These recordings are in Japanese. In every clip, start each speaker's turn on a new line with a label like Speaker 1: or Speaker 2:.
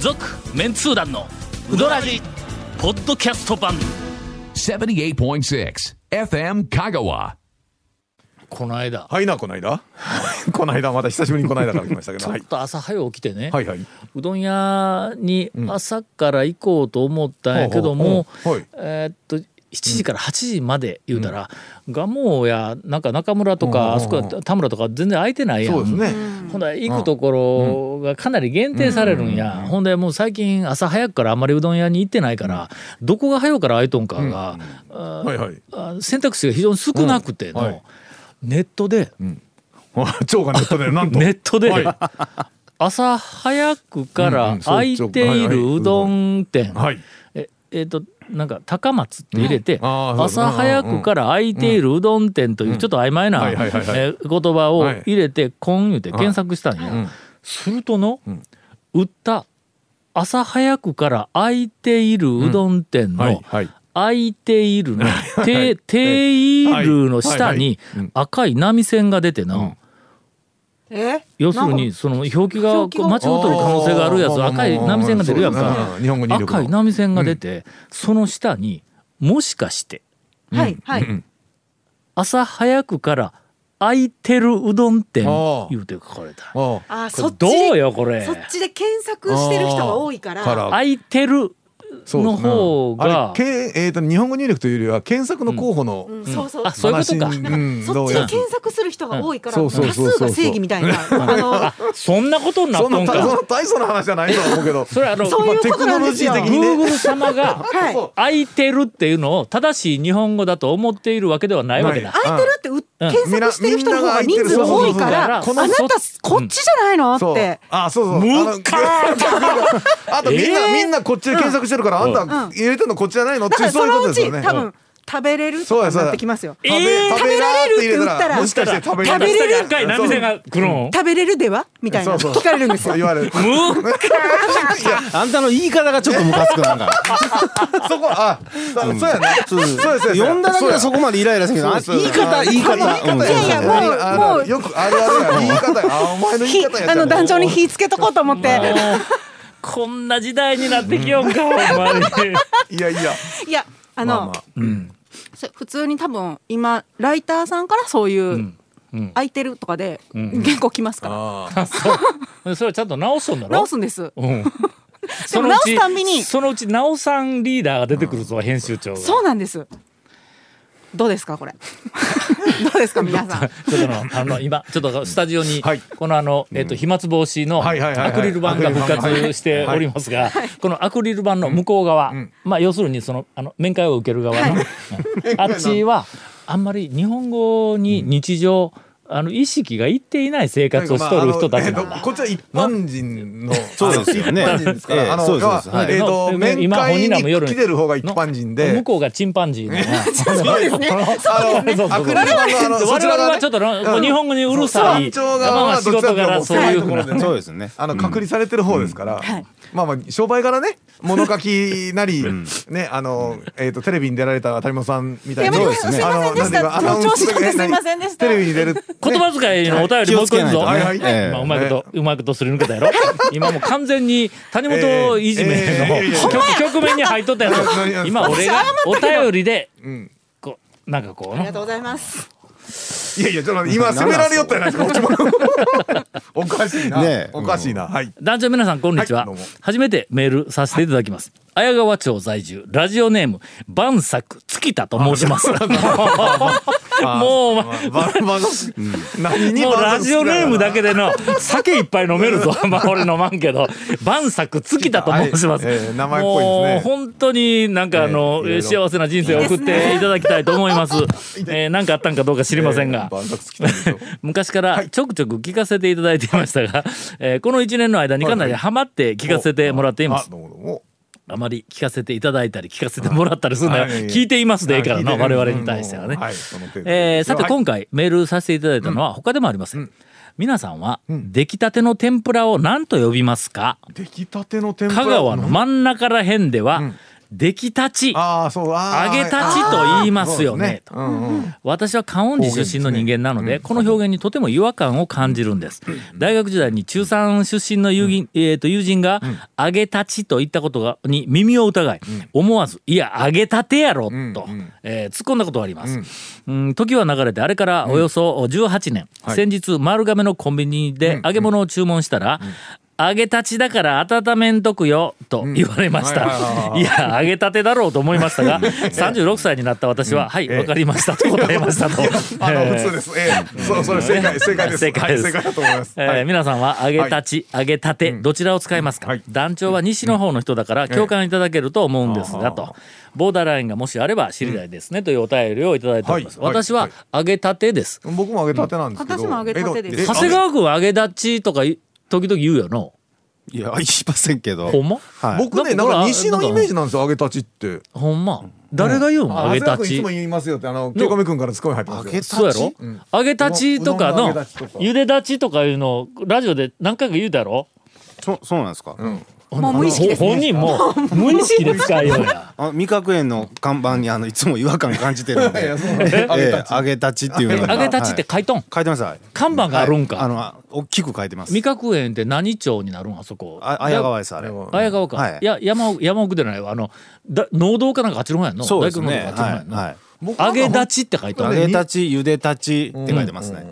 Speaker 1: 続メンツー団のウドラジポッドキャスト版
Speaker 2: 78.6 FM Kagawa.
Speaker 3: この間
Speaker 4: はいなこないだ こないだまた久しぶりにこないだから来ましたけ
Speaker 3: ち
Speaker 4: ど
Speaker 3: ょ
Speaker 4: は
Speaker 3: っ
Speaker 4: い
Speaker 3: と朝早う起きてね、
Speaker 4: はいはいう
Speaker 3: どん屋に朝から行こうと思ったんやけども、
Speaker 4: うんはい
Speaker 3: えーっと7時から8時まで言うたら、蒲生やなんか中村と
Speaker 4: うんうん
Speaker 3: か
Speaker 4: うん
Speaker 3: あそこや田村とか全然空いてないやん
Speaker 4: そうですね
Speaker 3: ほんで行くところがかなり限定されるんや、ほんでもう最近朝早くからあんまりうどん屋に行ってないから、どこが早うから空いとんかが、あ
Speaker 4: はいはい
Speaker 3: あ選択肢が非常に少なくての、
Speaker 4: うんはい
Speaker 3: ネットで、
Speaker 4: 蝶がネットで なんと
Speaker 3: ネットで、
Speaker 4: はい
Speaker 3: 朝早くか
Speaker 4: うんう
Speaker 3: ら
Speaker 4: ん
Speaker 3: 開いているうどん店、
Speaker 4: はい
Speaker 3: ええーとなんか高松って入れて、
Speaker 4: あーそうだ
Speaker 3: 朝早くから開いているうどん店というちょっと曖昧な、
Speaker 4: はいはいはいはい
Speaker 3: えー言葉を入れて「こん」言うて検索したんや、
Speaker 4: ん
Speaker 3: するとの、売った朝早くから開いているうどん店の「
Speaker 4: はいはい
Speaker 3: 開いているの「てている」の下に
Speaker 4: はいはいうん
Speaker 3: 赤い波線が出てな。
Speaker 5: え
Speaker 3: 要するにその表記が
Speaker 5: 表記が
Speaker 3: 間違うとる可能性があるやつ
Speaker 4: あー
Speaker 3: 赤い波線が出るやん
Speaker 4: そうです
Speaker 3: か
Speaker 4: ね日本語入力の
Speaker 3: 赤い波線が出てその下に「もしかして
Speaker 5: はいはい、
Speaker 3: 朝早くから空いてるうどん店
Speaker 4: あ」ー
Speaker 3: 言うて書かれた
Speaker 4: あー
Speaker 5: あ
Speaker 3: こ
Speaker 5: ーそ
Speaker 3: れ
Speaker 5: っち
Speaker 3: どう
Speaker 5: で
Speaker 3: よこれ
Speaker 5: そっちで検索してる人が多いから
Speaker 4: から
Speaker 3: 空いてる
Speaker 4: そう
Speaker 3: の
Speaker 4: ですね
Speaker 3: 方が
Speaker 4: あれけえーと日本語入力というよりは検索の候補の
Speaker 5: うん、そうそう
Speaker 3: あそういうことか
Speaker 4: 話に
Speaker 5: なんかそっちで検索する人が多いから、
Speaker 4: うんそうそう
Speaker 5: 多
Speaker 4: そうそう
Speaker 5: 数が正義みたいな、あ
Speaker 3: そんなことになっ
Speaker 4: そん
Speaker 3: とん
Speaker 4: な大そん
Speaker 3: か
Speaker 4: な大層な話じゃないとは思うけ ど
Speaker 3: それあの
Speaker 5: そういうことなんですよ
Speaker 4: まあテクノロジー的にね
Speaker 3: Google 様が
Speaker 5: はい
Speaker 3: 「空いてる」っていうのを正しい日本語だと思っているわけではないわけだ
Speaker 5: の空いてるってう、検索してる人の方が人数多いから
Speaker 3: みんな
Speaker 5: あ
Speaker 3: みんなが空いてるそうそうそう
Speaker 5: なたこっちじゃないの、
Speaker 4: そう
Speaker 5: って
Speaker 4: あそうそうあの あとみんなみんなこっちで検索してるからあんた入れてんのこっちじゃないのっ
Speaker 5: だ
Speaker 4: て
Speaker 5: か
Speaker 4: いう
Speaker 5: ら
Speaker 4: そ
Speaker 5: そう
Speaker 4: いうこ
Speaker 5: の
Speaker 4: とで
Speaker 5: う
Speaker 4: すよ
Speaker 5: ち
Speaker 4: ね
Speaker 5: 多分食べれるってなってきますよ
Speaker 4: 食べ食べら
Speaker 5: 食べられるって
Speaker 4: れ
Speaker 5: 言
Speaker 4: る
Speaker 5: ったら
Speaker 4: もしかして食べら
Speaker 5: 食
Speaker 4: れ
Speaker 5: べ
Speaker 4: る
Speaker 5: れる
Speaker 3: 赤い波線が来るん
Speaker 5: 食べれるではみたいな
Speaker 4: そうそう
Speaker 5: 聞かれるんですよ
Speaker 4: 言われる
Speaker 6: あんたの言い方がちょっとムカつくなんか。
Speaker 4: そこあそうそうやねそうですそうです
Speaker 6: 呼んだだけでそこまでイライラするけど、あ
Speaker 4: そうそう
Speaker 6: 言い方言い方。うん
Speaker 5: いやいやもう
Speaker 4: あのよくあるあるや言い方やあお前の言い方や
Speaker 5: あの団長に火つけとこうと思って
Speaker 3: こんな時代になってきよんか、ほん まに。
Speaker 4: いやいや
Speaker 5: いやあの、
Speaker 4: まあまあ
Speaker 5: そ普通に多分今ライターさんからそういう、空いてるとかで原稿来ますから、
Speaker 3: それはちゃんと直すんだろ
Speaker 5: 直すんです
Speaker 3: うん。
Speaker 5: でも直すたんびに
Speaker 3: そのうち直さんリーダーが出てくるぞ、編集長が。
Speaker 5: そうなんですどうですかこれどうですか皆さん
Speaker 3: ちょっとのあの今ちょっとスタジオに、
Speaker 4: はい
Speaker 3: このあの、えっと飛沫防止の
Speaker 4: はいはいはいはい
Speaker 3: アクリル板が復
Speaker 4: アクリル板
Speaker 3: 活
Speaker 4: が
Speaker 3: しておりますが、このアクリル板の向こう側、まあ要するにそのあの面会を受ける側の、うん あっちはあんまり日本語に日常、あの意識がいっていない生活をしとる人たち
Speaker 4: な
Speaker 3: なんん
Speaker 4: かま
Speaker 3: だ
Speaker 4: ああのえっとこっちは一般人の
Speaker 6: そうですよね
Speaker 4: 一般人ですから
Speaker 6: ええ
Speaker 4: あの
Speaker 6: そうですそうです
Speaker 4: 要はえっと
Speaker 6: はい
Speaker 3: の
Speaker 4: 面
Speaker 3: 今本
Speaker 4: 会
Speaker 3: 人らも夜
Speaker 4: に来てる方が一般人
Speaker 3: 向
Speaker 4: で
Speaker 3: こうがチンパンジ ーのな
Speaker 5: そうですね
Speaker 4: あ
Speaker 3: そうそう
Speaker 4: の
Speaker 3: そう
Speaker 4: アクリル板のあのそ
Speaker 3: 我
Speaker 4: ちら
Speaker 3: 々
Speaker 4: が
Speaker 3: は
Speaker 4: ね
Speaker 3: ちょっとのもう日本語にうるさい、
Speaker 4: 山頂
Speaker 3: まあま
Speaker 4: 側
Speaker 3: あ
Speaker 4: は
Speaker 3: 仕
Speaker 4: どちら
Speaker 3: 事
Speaker 4: かという
Speaker 3: 柄
Speaker 4: と
Speaker 3: そういうふう
Speaker 4: も
Speaker 3: な
Speaker 4: うそういうところでね
Speaker 6: そうですね。
Speaker 4: あの隔離されてる方ですから、
Speaker 5: はい
Speaker 4: まあまあ商売柄ね物書きなり、ねあの、えー、とテレビに出られた谷本さんみたいな
Speaker 5: 山
Speaker 6: 本さん
Speaker 4: そうですね
Speaker 5: すいませんでした
Speaker 4: あのなんていうか
Speaker 5: 調子乗ってすいませんでした
Speaker 4: テレビに出る、ね
Speaker 3: 言葉遣いのお便り
Speaker 6: 気
Speaker 3: もう
Speaker 6: を
Speaker 3: 一
Speaker 6: つ
Speaker 3: 個
Speaker 6: け
Speaker 3: いく
Speaker 6: ない
Speaker 3: ぞ、
Speaker 6: とね。
Speaker 4: はいはい
Speaker 6: ええ
Speaker 3: まあ、うまいこと、うまくとすり抜けた やろ今もう完全に谷本いじめの、
Speaker 4: えーいやいやほん
Speaker 3: 局局面に入っとったや
Speaker 4: なんかなん
Speaker 3: ろ
Speaker 4: か
Speaker 3: 今俺がお便りで
Speaker 4: ん
Speaker 3: こうなんかこう
Speaker 5: あ
Speaker 3: な
Speaker 5: りがとうございます
Speaker 4: いやいやちょっと待って今責められよったやないですかこっちも おかしいな、
Speaker 6: ねえ
Speaker 4: おかしいな、はい
Speaker 3: 団長皆さんこんにち
Speaker 4: は
Speaker 3: は、
Speaker 4: いどうも
Speaker 3: 初めてメールさせていただきます、綾川町在住ラジオネーム晩作月田と申しますもう もうお前
Speaker 4: ばば何に
Speaker 3: もう
Speaker 4: 満
Speaker 3: ラ
Speaker 4: 足
Speaker 3: ジオネームだけでの酒いっぱい飲め るぞまあ俺飲まんけど晩作月田と申します、
Speaker 4: はいえー名前っぽいですね
Speaker 3: もう本当になんかあの、
Speaker 4: えーいろいろ
Speaker 3: 幸せな人生を送っていただきたいと思い ますえーなんかあったんかどうか知りませんが、
Speaker 4: えー万作好きなんでしょ
Speaker 3: 昔からちょくちょく聞かせていただいていましたが、えーこの1年の間にかなりハマって聞かせてもらっています
Speaker 4: あどうもどうも
Speaker 3: あまり聞かせていただいたり聞かせてもらったりするのは
Speaker 4: はい
Speaker 3: 聞いていますでええからな
Speaker 4: はい聞いて
Speaker 3: 我
Speaker 4: る
Speaker 3: 々に対してはね
Speaker 4: うんはいその程度ですよ
Speaker 3: えーさて
Speaker 4: はい
Speaker 3: 今回メールさせていただいたのは他でもありません皆さんは出来たての天ぷらを何と呼びますか
Speaker 4: 出来たての天ぷら
Speaker 3: 香川の真ん中ら辺では出来たち
Speaker 4: ああそうあ
Speaker 3: 揚
Speaker 4: ー
Speaker 3: げたちと言いますよね
Speaker 4: あーそうですねうんうん
Speaker 3: 私は観音寺出身の人間なのでこの表現にとても違和感を感じるんです大学時代に中3出身の友人,、えー、と友人が「揚げたち」と言ったことがに耳を疑い思わず「いや揚げたてやろ」
Speaker 4: ん
Speaker 3: と、えー突っ込んだことがあります、うん、時は流れてあれからおよそ18年、先日丸亀のコンビニで揚げ物を注文したら「揚げたちだから温めんとくよと言われまし
Speaker 4: はいはいはい
Speaker 3: た
Speaker 4: はい
Speaker 3: いや揚げたてだろうと思いました が36歳になった私は「はい
Speaker 4: ええ
Speaker 3: わかりました」と答えましたと。
Speaker 4: あ
Speaker 3: え
Speaker 4: の
Speaker 3: ー
Speaker 4: 普通です。ええ、そうそれ正解正解です。
Speaker 3: 正解です
Speaker 4: はい正解だと思います。
Speaker 3: えー
Speaker 4: はい
Speaker 3: 皆さんは揚げたち、揚げたて、どちらを使いますか、
Speaker 4: はい
Speaker 3: 団長は西の方の人だから共感いただけると思うんです
Speaker 4: うんあ
Speaker 3: が
Speaker 4: ー
Speaker 3: とボーダーラインがもしあれば知りたいですね、というお便りをいただいております、
Speaker 4: はいはい
Speaker 3: 私は揚げたてです、
Speaker 4: 僕も揚げたてなんですけど。
Speaker 5: 私も揚げたてです
Speaker 4: えっとえ
Speaker 3: 長谷川君は揚げたちとかい時々言うよの
Speaker 6: いや言いませんけど
Speaker 3: ほんま
Speaker 6: はい
Speaker 4: 僕ね
Speaker 3: な
Speaker 4: なんん
Speaker 3: か
Speaker 4: か西のイメージなんですよ揚げたちって。
Speaker 3: ほんま誰が言うの、
Speaker 4: あ
Speaker 3: 揚げた
Speaker 4: 長谷川君い
Speaker 3: ち
Speaker 4: つも言いますよってあのケイコメ君からツッコミ入ってま
Speaker 6: 揚
Speaker 4: す
Speaker 6: げ
Speaker 4: よ
Speaker 6: た。ち
Speaker 3: そうやろ、揚げたちとか
Speaker 4: う
Speaker 3: の
Speaker 4: どんの揚げたちとか
Speaker 3: ゆでだちとかいうのをラジオで何回か言うだろ
Speaker 6: そそうなんですか、
Speaker 5: もう無意識です
Speaker 3: ほ本人も無意識で使いようや
Speaker 6: あ味覚園の看板にあのいつも違和感感じてるん
Speaker 4: いや
Speaker 6: で
Speaker 4: いやそうなんです
Speaker 6: ええ揚げたちっていうの が
Speaker 3: 揚げたちって
Speaker 6: はい
Speaker 3: 書いとん、
Speaker 6: 書いてますはい
Speaker 3: 看板があるんか
Speaker 6: はいあのあ大きく書いてます
Speaker 3: 味覚園って何町になるんあそこ
Speaker 6: あ綾川ですあれ
Speaker 4: は
Speaker 3: 綾川か、
Speaker 6: はいい、
Speaker 3: や山奥山奥じゃないわあのだ農道かなんかあっちの方やんの
Speaker 6: そうですね
Speaker 3: 大工の方かあっちの方やん
Speaker 6: は
Speaker 3: の
Speaker 4: 僕
Speaker 3: 揚げ
Speaker 4: なん
Speaker 3: 立
Speaker 4: か
Speaker 3: ちって書いてあ
Speaker 6: 揚
Speaker 3: る
Speaker 6: げたちゆでたちって書いてますね、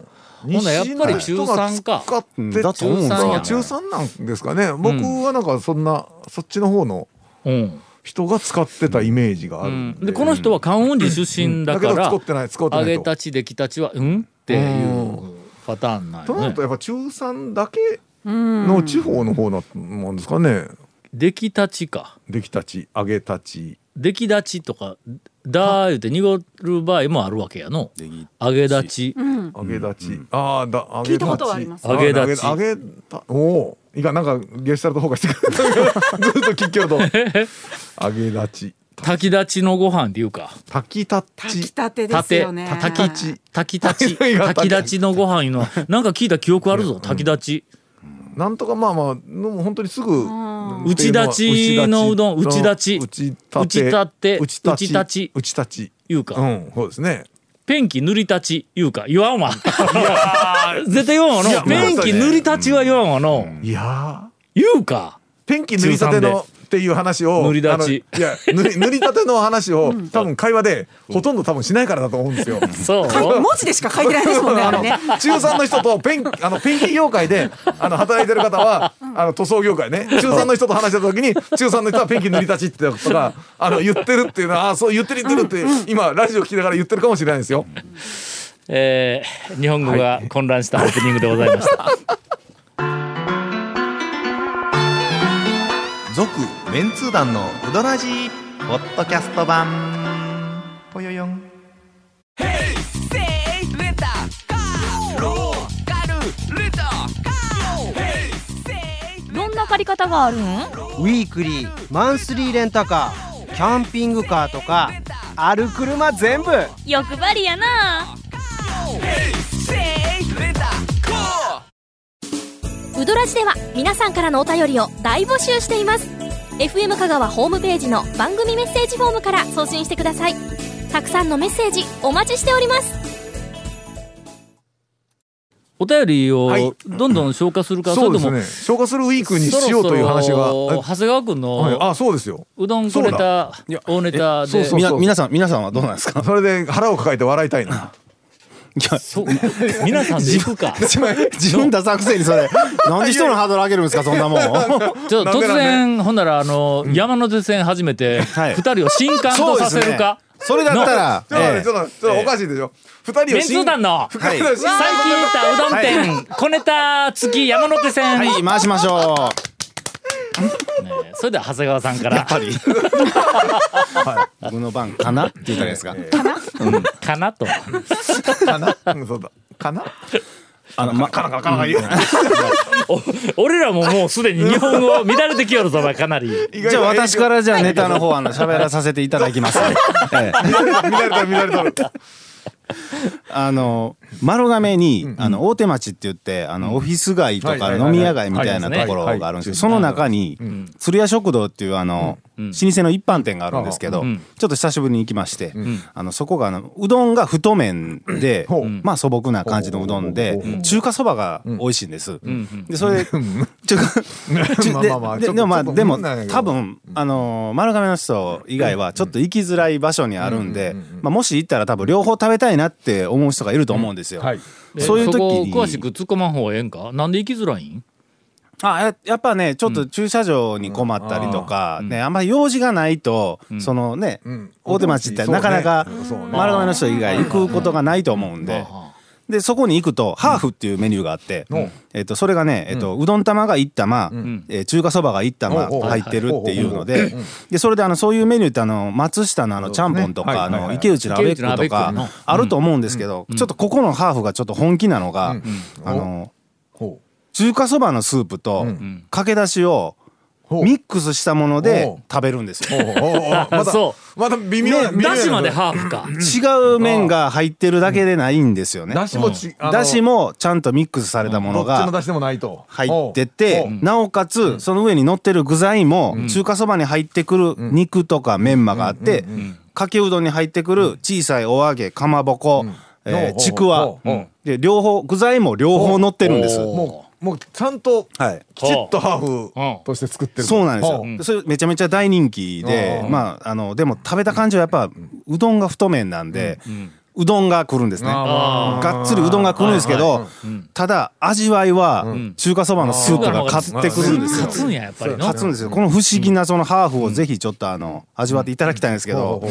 Speaker 3: ほんならやっぱり中3か
Speaker 4: 使って
Speaker 6: うんだと思うんです
Speaker 3: 中
Speaker 6: よ、
Speaker 3: 三
Speaker 6: ね
Speaker 3: や、
Speaker 4: 中三なんですかね。僕はなんかそんなそっちの方の
Speaker 3: うん、
Speaker 4: 人が使ってたイメージがあ
Speaker 3: う
Speaker 4: る
Speaker 3: ん
Speaker 4: ん、
Speaker 3: でこの人は観音寺出身だか
Speaker 4: だけど
Speaker 3: ら
Speaker 4: 使ってない使ってな
Speaker 3: 揚
Speaker 4: いと
Speaker 3: げ立ちできたちはうんっていうパターンなん
Speaker 4: と
Speaker 3: よ
Speaker 4: なる
Speaker 3: ね
Speaker 4: とやっぱ中三だけの地方の方なんですかね。
Speaker 3: できたちか
Speaker 4: 出来たち揚げたち。
Speaker 3: できだちとかだー言うて濁る場合もあるわけやの
Speaker 6: でき
Speaker 3: 揚げ立ち
Speaker 5: うん
Speaker 4: 揚げ立ち、ああだ揚げ立ち
Speaker 5: 聞いたことはあります
Speaker 3: 揚げ立ち
Speaker 4: 揚げたおおいいかなんかゲシュタルト崩壊してくる ずっと聞きよると揚げ立ち
Speaker 3: 炊き立ちのご飯っていうか
Speaker 4: 炊きた
Speaker 5: 炊き
Speaker 4: ち
Speaker 5: たてで
Speaker 3: た
Speaker 5: す
Speaker 3: て
Speaker 5: よね
Speaker 3: たきち炊き立ち
Speaker 4: いや
Speaker 3: 炊き立ちのご飯いうのはなんか聞いた記憶あるぞ炊き立ち
Speaker 4: なんとかまあまあのもう本当にすぐ
Speaker 3: 打ち立ちのうどん打ち立ち
Speaker 4: 打ち
Speaker 3: 打ち立て
Speaker 4: 打ち立
Speaker 3: 打
Speaker 4: ち
Speaker 3: ち立ち
Speaker 4: 打ち立ち
Speaker 3: いうか、
Speaker 4: うんそうですね
Speaker 3: ペンキ塗り立ちいうか言わんわ 絶対言わんわのペンキ塗り立ちは言わんわの、
Speaker 4: いや
Speaker 3: 言うか
Speaker 4: ーペンキ塗りたてのっていう話を
Speaker 3: 塗り立ち
Speaker 4: あのいや塗り塗 りたての話を多分会話でほとんど多分しないからだと思うんですよ
Speaker 3: そう
Speaker 5: 文字でしか書いてないですも んねあれね
Speaker 4: 中3の人とペンあのペンキ業界であの働いてる方はあの塗装業界ね中3の人と話してた時に中3の人はペンキ塗り立ちってことがあの言ってるっていうのはあそう言ってる言ってるって今ラジオ聞きながら言ってるかもしれないですよ。
Speaker 3: えー日本語が混乱したオープニングでございました、
Speaker 7: 続メンツー団のウドラジーポッドキャスト版ぽよよん
Speaker 8: どんな借り方があるん
Speaker 9: ウィークリーマンスリーレンタカーキャンピングカーとかある車全部
Speaker 8: 欲張りやなウドラジでは皆さんからのお便りを大募集しています FM 香川ホームページの番組メッセージフォームから送信してくださいたくさんのメッセージお待ちしております
Speaker 3: お便り
Speaker 4: はい
Speaker 3: をどんどん消化するか、
Speaker 4: そう
Speaker 3: れ
Speaker 4: で
Speaker 3: と
Speaker 4: す
Speaker 3: も
Speaker 4: ね消化するウィークにしようという話
Speaker 3: そろ
Speaker 4: が。
Speaker 3: そろ長谷川君
Speaker 4: えはい
Speaker 3: の
Speaker 4: あそうですよ
Speaker 3: うどんくれ
Speaker 4: そう
Speaker 3: た大ネタ
Speaker 4: そう
Speaker 3: で
Speaker 4: そう
Speaker 6: みな皆さん皆さんはどうなん ですか
Speaker 4: それで腹を抱えて笑いたいな。
Speaker 6: いや
Speaker 3: そう皆さんで行くかち
Speaker 6: 自分出さくせにそれなんで人のハードル上げるんですかそんなもん
Speaker 3: ょ っと突
Speaker 4: なんでな
Speaker 3: 然、ほんならあの山手線初めて
Speaker 6: はい
Speaker 3: 二人を新刊とさせるか、
Speaker 6: それだった ら、
Speaker 4: ちょっと待っ
Speaker 6: え
Speaker 4: てちょっと待ってちょっとおかしいでしょ。二人を
Speaker 3: メンツー団の
Speaker 4: 深いの
Speaker 3: 最近行ったうどん店、小ネタ付き山手線、
Speaker 6: えはい回しましょ
Speaker 3: ねそれでは長谷川さんから
Speaker 6: う僕の番かなって言ったらいいですか、
Speaker 3: かなと
Speaker 4: かな。うんそうだ。かな。
Speaker 6: あのま
Speaker 4: かなかなかなか言う。
Speaker 3: お俺らももうすでに日本語乱れてきよるぞなかなり
Speaker 6: じゃあ私からじゃあネタの方あの喋らさせていただきます、ええ
Speaker 4: ら見られた見られた。
Speaker 6: あの丸亀に、あの大手町って言ってあの、オフィス街と
Speaker 4: はいは
Speaker 6: か
Speaker 4: いはいは
Speaker 6: 飲
Speaker 4: い
Speaker 6: み屋街みたいなところがあるんですけどその中に、鶴屋食堂っていうあの、老舗の一般店があるんですけど、
Speaker 3: ん
Speaker 6: ちょっと久しぶりに行きまして、あのそこがあのうどんが太麺で、
Speaker 4: ほう
Speaker 6: まあ素朴な感じのうどんで、中華そばが美味しいんです。でそれ中華 ち
Speaker 4: まあ
Speaker 6: ゅ
Speaker 4: ま
Speaker 6: で
Speaker 4: あまあちょっ
Speaker 6: で
Speaker 4: と
Speaker 6: でもまあ
Speaker 4: ちょっと
Speaker 6: でも
Speaker 4: みんなやけど
Speaker 6: 多分あのー丸亀の人以外はちょっと行きづらい場所にあるんで、まあ、もし行ったら多分両方食べたいなって思う人がいると思うんですよ。
Speaker 4: はい
Speaker 6: そういう時に
Speaker 3: そこ詳しく突っ込まん方がええんかなんで行きづらいん
Speaker 6: あややっぱねちょっと駐車場に困ったりとか、ね、あんまり用事がないと、そのね、
Speaker 4: ん
Speaker 6: 大手町っ
Speaker 4: そ
Speaker 6: て
Speaker 4: うね
Speaker 6: なかなか
Speaker 4: そうね
Speaker 6: 丸亀の人以外行くことがないと思うんで。でそこに行くとハーフっていうメニューがあって、
Speaker 4: うん
Speaker 6: えっとそれがね、えっとうどん玉が1玉、えー中華そばが1玉
Speaker 4: おうおう
Speaker 6: 入ってるっていうので,、
Speaker 4: はいはい
Speaker 6: でそれであのそういうメニューってあの松下のあのちゃんぽんとか、
Speaker 4: はいはいはい
Speaker 6: あの池内のアベック
Speaker 3: 池内
Speaker 6: と
Speaker 3: のア
Speaker 6: か
Speaker 3: ベックの
Speaker 6: あると思うんですけど、ちょっとここのハーフがちょっと本気なのが、
Speaker 4: うんうん
Speaker 6: あの
Speaker 4: ほ
Speaker 6: 中華そばのスープと
Speaker 4: ん
Speaker 6: かけだしを
Speaker 4: ほう
Speaker 6: ミックスしたもので
Speaker 4: ほう
Speaker 6: 食べるんです
Speaker 4: う
Speaker 6: よ。
Speaker 4: ほうほうほうまた
Speaker 3: そ
Speaker 4: また微妙な微妙な
Speaker 3: だしまでハーフか
Speaker 6: 違う麺が入ってるだけでないんですよね。
Speaker 4: だしもちあの
Speaker 6: だしもちゃんとミックスされたもの
Speaker 4: どっち
Speaker 6: が
Speaker 4: の出汁でもないと
Speaker 6: 入っててなおかつその上に乗ってる具材も中華そばに入ってくる肉とかメンマがあってかけうどんに入ってくる小さいお揚げかまぼこえー
Speaker 4: うん
Speaker 6: ちくわ
Speaker 4: うんうん
Speaker 6: で両方具材も両方乗ってるんです。
Speaker 4: おもうもうちゃんと
Speaker 6: はい
Speaker 4: きちっとハーフとして作ってると
Speaker 6: そうなんですよ、
Speaker 4: ほう
Speaker 6: それめちゃめちゃ大人気で、
Speaker 4: うん
Speaker 6: まああのでも食べた感じはやっぱうどんが太麺なんで、うどんが来るんですね
Speaker 4: あ
Speaker 6: がっつりうどんが来るんですけど、ただ味わいは中華そばのスープが勝ってくるんですよ
Speaker 3: 勝つんややっぱりの
Speaker 6: 勝つんですよこの不思議なそのハーフをぜひちょっとあの味わっていただきたいんですけど、
Speaker 4: ほうほうほう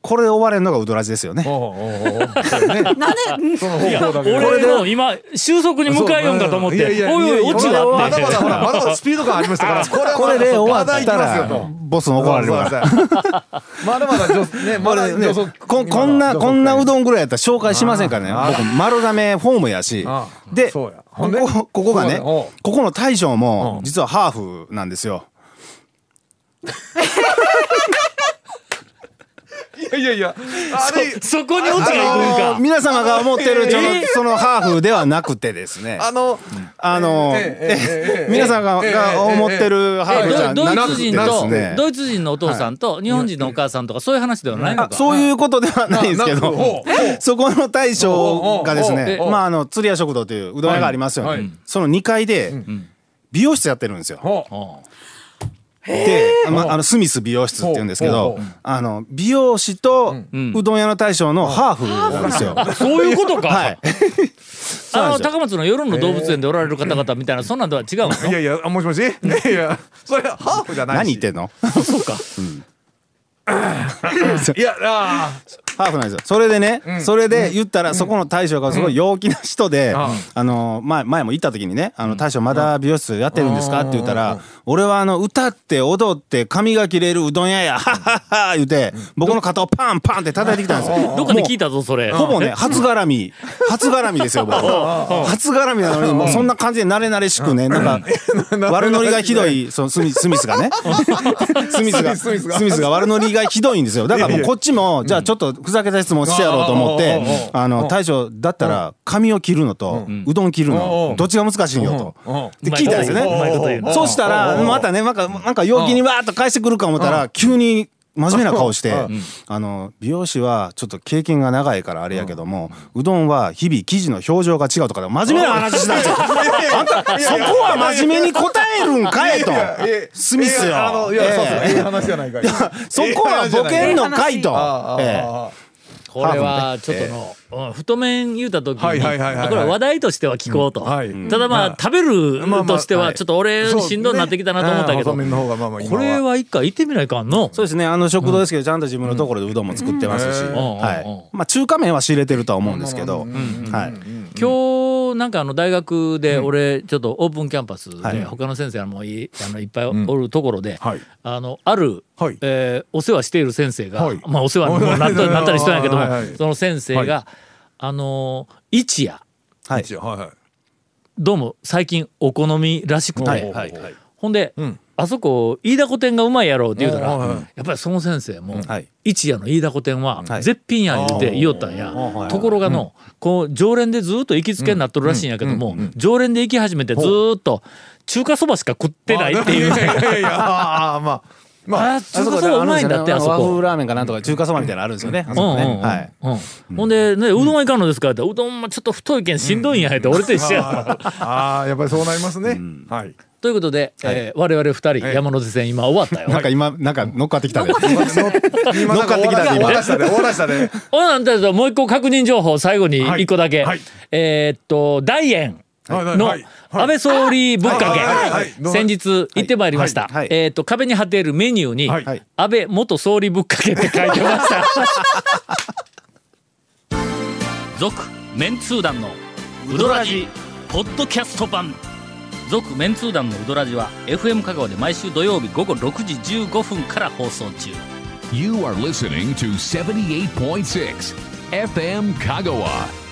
Speaker 6: これで終われるのがうどらじですよね、
Speaker 4: ほうほうほうほうそうね
Speaker 5: なんで
Speaker 4: その方法だけど
Speaker 3: 俺もう今収束に向かえようかと思っ
Speaker 4: いやい
Speaker 3: て
Speaker 4: や
Speaker 3: おいおい落ち
Speaker 4: いやいや
Speaker 3: だ
Speaker 4: ま
Speaker 3: って
Speaker 4: だまだほらまだまだスピード感ありました からこれは
Speaker 6: これで終わ
Speaker 4: まだ
Speaker 6: っ
Speaker 4: い
Speaker 6: た
Speaker 4: きますよと
Speaker 6: らボスに怒られるから。
Speaker 4: まだまだ女ね、まだ
Speaker 6: ね
Speaker 4: 女装
Speaker 6: ここんなこんなう
Speaker 4: ん。
Speaker 6: どんぐらいやったら紹介しませんからね僕丸亀フォームやし
Speaker 4: ああ
Speaker 6: で
Speaker 4: そうや
Speaker 6: こ
Speaker 4: ほんで
Speaker 6: こここがね
Speaker 4: そうやおう
Speaker 6: ここの大将も
Speaker 4: うん
Speaker 6: 実はハーフなんですよ
Speaker 4: いやいやいや、あれ、
Speaker 3: そこに落ちが行くん
Speaker 6: あの
Speaker 3: か
Speaker 6: 皆様が思ってるその
Speaker 4: え
Speaker 6: そのハーフではなくてですね
Speaker 4: あの、
Speaker 6: あの
Speaker 4: ええええええ
Speaker 6: 皆さんが
Speaker 4: ええ
Speaker 6: が思ってるハーフじゃ
Speaker 3: ドド
Speaker 6: な
Speaker 3: イツ
Speaker 6: く
Speaker 3: 人
Speaker 6: てです
Speaker 3: と
Speaker 6: ね
Speaker 3: ドイツ人のお父さんと日本人のお母さんとかそういう話ではないの
Speaker 6: あ
Speaker 3: か
Speaker 6: そういうことではないんです
Speaker 4: な
Speaker 6: け
Speaker 4: な
Speaker 6: ど
Speaker 4: ほうほう
Speaker 6: そこの大将がです
Speaker 4: おうおう
Speaker 6: ね
Speaker 4: おうおう
Speaker 6: まああの釣り屋食堂といううどん屋がありますよ
Speaker 4: はいは
Speaker 6: ね
Speaker 4: い
Speaker 6: その2階で美容室やってるんですよ
Speaker 4: ほう
Speaker 6: で、まあ、あのスミス美容室って言うんですけ
Speaker 4: ほう
Speaker 6: ど
Speaker 4: ほうほ
Speaker 6: あの美容師とうどん屋の大将のハーフなんですよ。
Speaker 3: そういうことか
Speaker 6: はい、
Speaker 3: あ
Speaker 6: うなん
Speaker 3: の
Speaker 6: ですよ
Speaker 3: 高松の夜の動物園でおられる方々みたいなそんなんとは違うの
Speaker 4: いやいや、あもしもし、いやいや、それハーフじゃないし。
Speaker 6: 何言ってんのハ
Speaker 4: いや、あ
Speaker 6: ーフなんですよそれでね、それで言ったらそこの大将がすごい陽気な人で、
Speaker 4: あ
Speaker 6: あの前前も行った時にね「あの大将まだ美容室やってるんですか?」って言ったら「俺はあの歌って踊って髪が切れるうどん屋やハッハッハ」言うて僕の肩をパンパンって叩いてきたんですよ。
Speaker 3: どっかで聞いたぞそれ
Speaker 6: ほぼね、初絡み、初絡みですよ、僕。初絡みなのに、もうそんな感じで慣れ慣れしくね、なんか、悪ノリがひどい、そのスミスミスがね。スミス が、
Speaker 4: スミスが
Speaker 6: スミスが悪ノリがひどいんですよ。だからもうこっちも、じゃあちょっとふざけた質問してやろうと思
Speaker 4: うんう
Speaker 6: っ
Speaker 4: んうん
Speaker 6: て、あの、大将、だったら、髪を切るのと、うどん切る
Speaker 4: う
Speaker 6: の
Speaker 4: ん、
Speaker 6: どっちが難しいんよ
Speaker 4: うんうん
Speaker 6: と。で聞いたんですよね。
Speaker 4: うまいこと言うな
Speaker 6: そうしたら、
Speaker 4: うん
Speaker 6: またね、なんか、なんか陽気にわーっと返してくるか思ったら、急に真面目な顔して、あの、美容師はちょっと経験が長いからあれやけども、うどんは日々生地の表情が違うとかで、真面目な話したんですよ。あんた、そこは真面目に答えるんかいと
Speaker 4: あ、いやいや。
Speaker 6: スミス
Speaker 4: い
Speaker 6: よ
Speaker 4: やあの、いや、そうそう、
Speaker 6: え
Speaker 4: え
Speaker 6: え
Speaker 4: え話じゃないか。
Speaker 6: そこはボケんのかいと。ええ
Speaker 4: あ
Speaker 3: これはちょっとの、うん太麺言うた時に、
Speaker 4: はいはいはいはいはい
Speaker 3: これは話題としては聞こうと、
Speaker 4: んはい
Speaker 3: ただまあ、食べ
Speaker 4: まあ
Speaker 3: る
Speaker 4: まあ
Speaker 3: としてはちょっと俺
Speaker 4: あ、
Speaker 3: しんどになってきたなと思ったけど、
Speaker 4: そうねうん細麺の方がまあまあ今
Speaker 3: これは一回行ってみないかんの
Speaker 6: そうですねあの食堂ですけどちゃんと自分のところでうどんも作ってますし、
Speaker 4: うん
Speaker 3: うん
Speaker 6: はいまあ、中華麺は仕入れてるとは思うんですけど、はい、
Speaker 3: 今日なんかあの大学で俺ちょっとオープンキャンパス
Speaker 6: はい
Speaker 3: で他の先生もいあのいっぱいおるところで、
Speaker 4: はい
Speaker 3: あのある、
Speaker 4: はい
Speaker 3: えーお世話している先生が、
Speaker 4: はい
Speaker 3: まあお世話にもなったなったりしたんやけども、
Speaker 4: はいはい
Speaker 3: その先生が、あの一夜
Speaker 6: はい
Speaker 4: 一応はいはい。
Speaker 3: どうも最近お好みらしくて、
Speaker 6: はいはいはい
Speaker 3: ほんで、
Speaker 4: うん
Speaker 3: あそこ飯田古典がうまいやろうって言うたら、
Speaker 4: うんはいはい
Speaker 3: やっぱりその先生も、
Speaker 6: はい
Speaker 3: 一夜の飯田古典は
Speaker 6: はい
Speaker 3: 絶品や言うて言おったんや、ところがの、こう常連でずっと行きつけになっとるらしいんやけども、常連で行き始めてずっと中華そばしか食ってないっていう、
Speaker 4: いやいやいやああまあまあ
Speaker 3: あ中華そばうまいんだってあそ
Speaker 6: 和
Speaker 3: こ
Speaker 6: 風。ラーメンかなんとか中華そばみたいなのあるんですよね。あそこねはい。
Speaker 3: うんうんうんうんほんで、ね、うどんはいかんのですかって言ったらうどんもちょっと太いけんしんどいんや言うて俺と一緒や
Speaker 4: ああやっぱりそうなりますね、はい
Speaker 3: ということで、えー我々二人山手線今終わ ったよ
Speaker 6: なんか今なんか乗っかってき たね。
Speaker 4: 今
Speaker 6: 乗っかってきたね
Speaker 4: 終
Speaker 6: 今
Speaker 4: わらしたで終わらしたで
Speaker 3: おなんだけどもう一個確認情報最後に
Speaker 4: はい
Speaker 3: 一個だけ、
Speaker 4: はい
Speaker 3: えーっと大円
Speaker 4: はいはい
Speaker 3: の
Speaker 4: はい
Speaker 3: 安倍総理ぶっか
Speaker 4: はいはいはい
Speaker 3: け先日行ってまいりました、
Speaker 6: はいはい
Speaker 3: えーっと壁に貼っているメニューに、
Speaker 4: はい
Speaker 6: はい
Speaker 3: 安倍元総理ぶっかけって書いてました
Speaker 1: 続メンツー団のウドラジポッドキャスト版続メンツー団のウドラジは FM 香川で毎週土曜日午後6時15分から放送中
Speaker 2: You are listening to 78.6 FM Kagawa.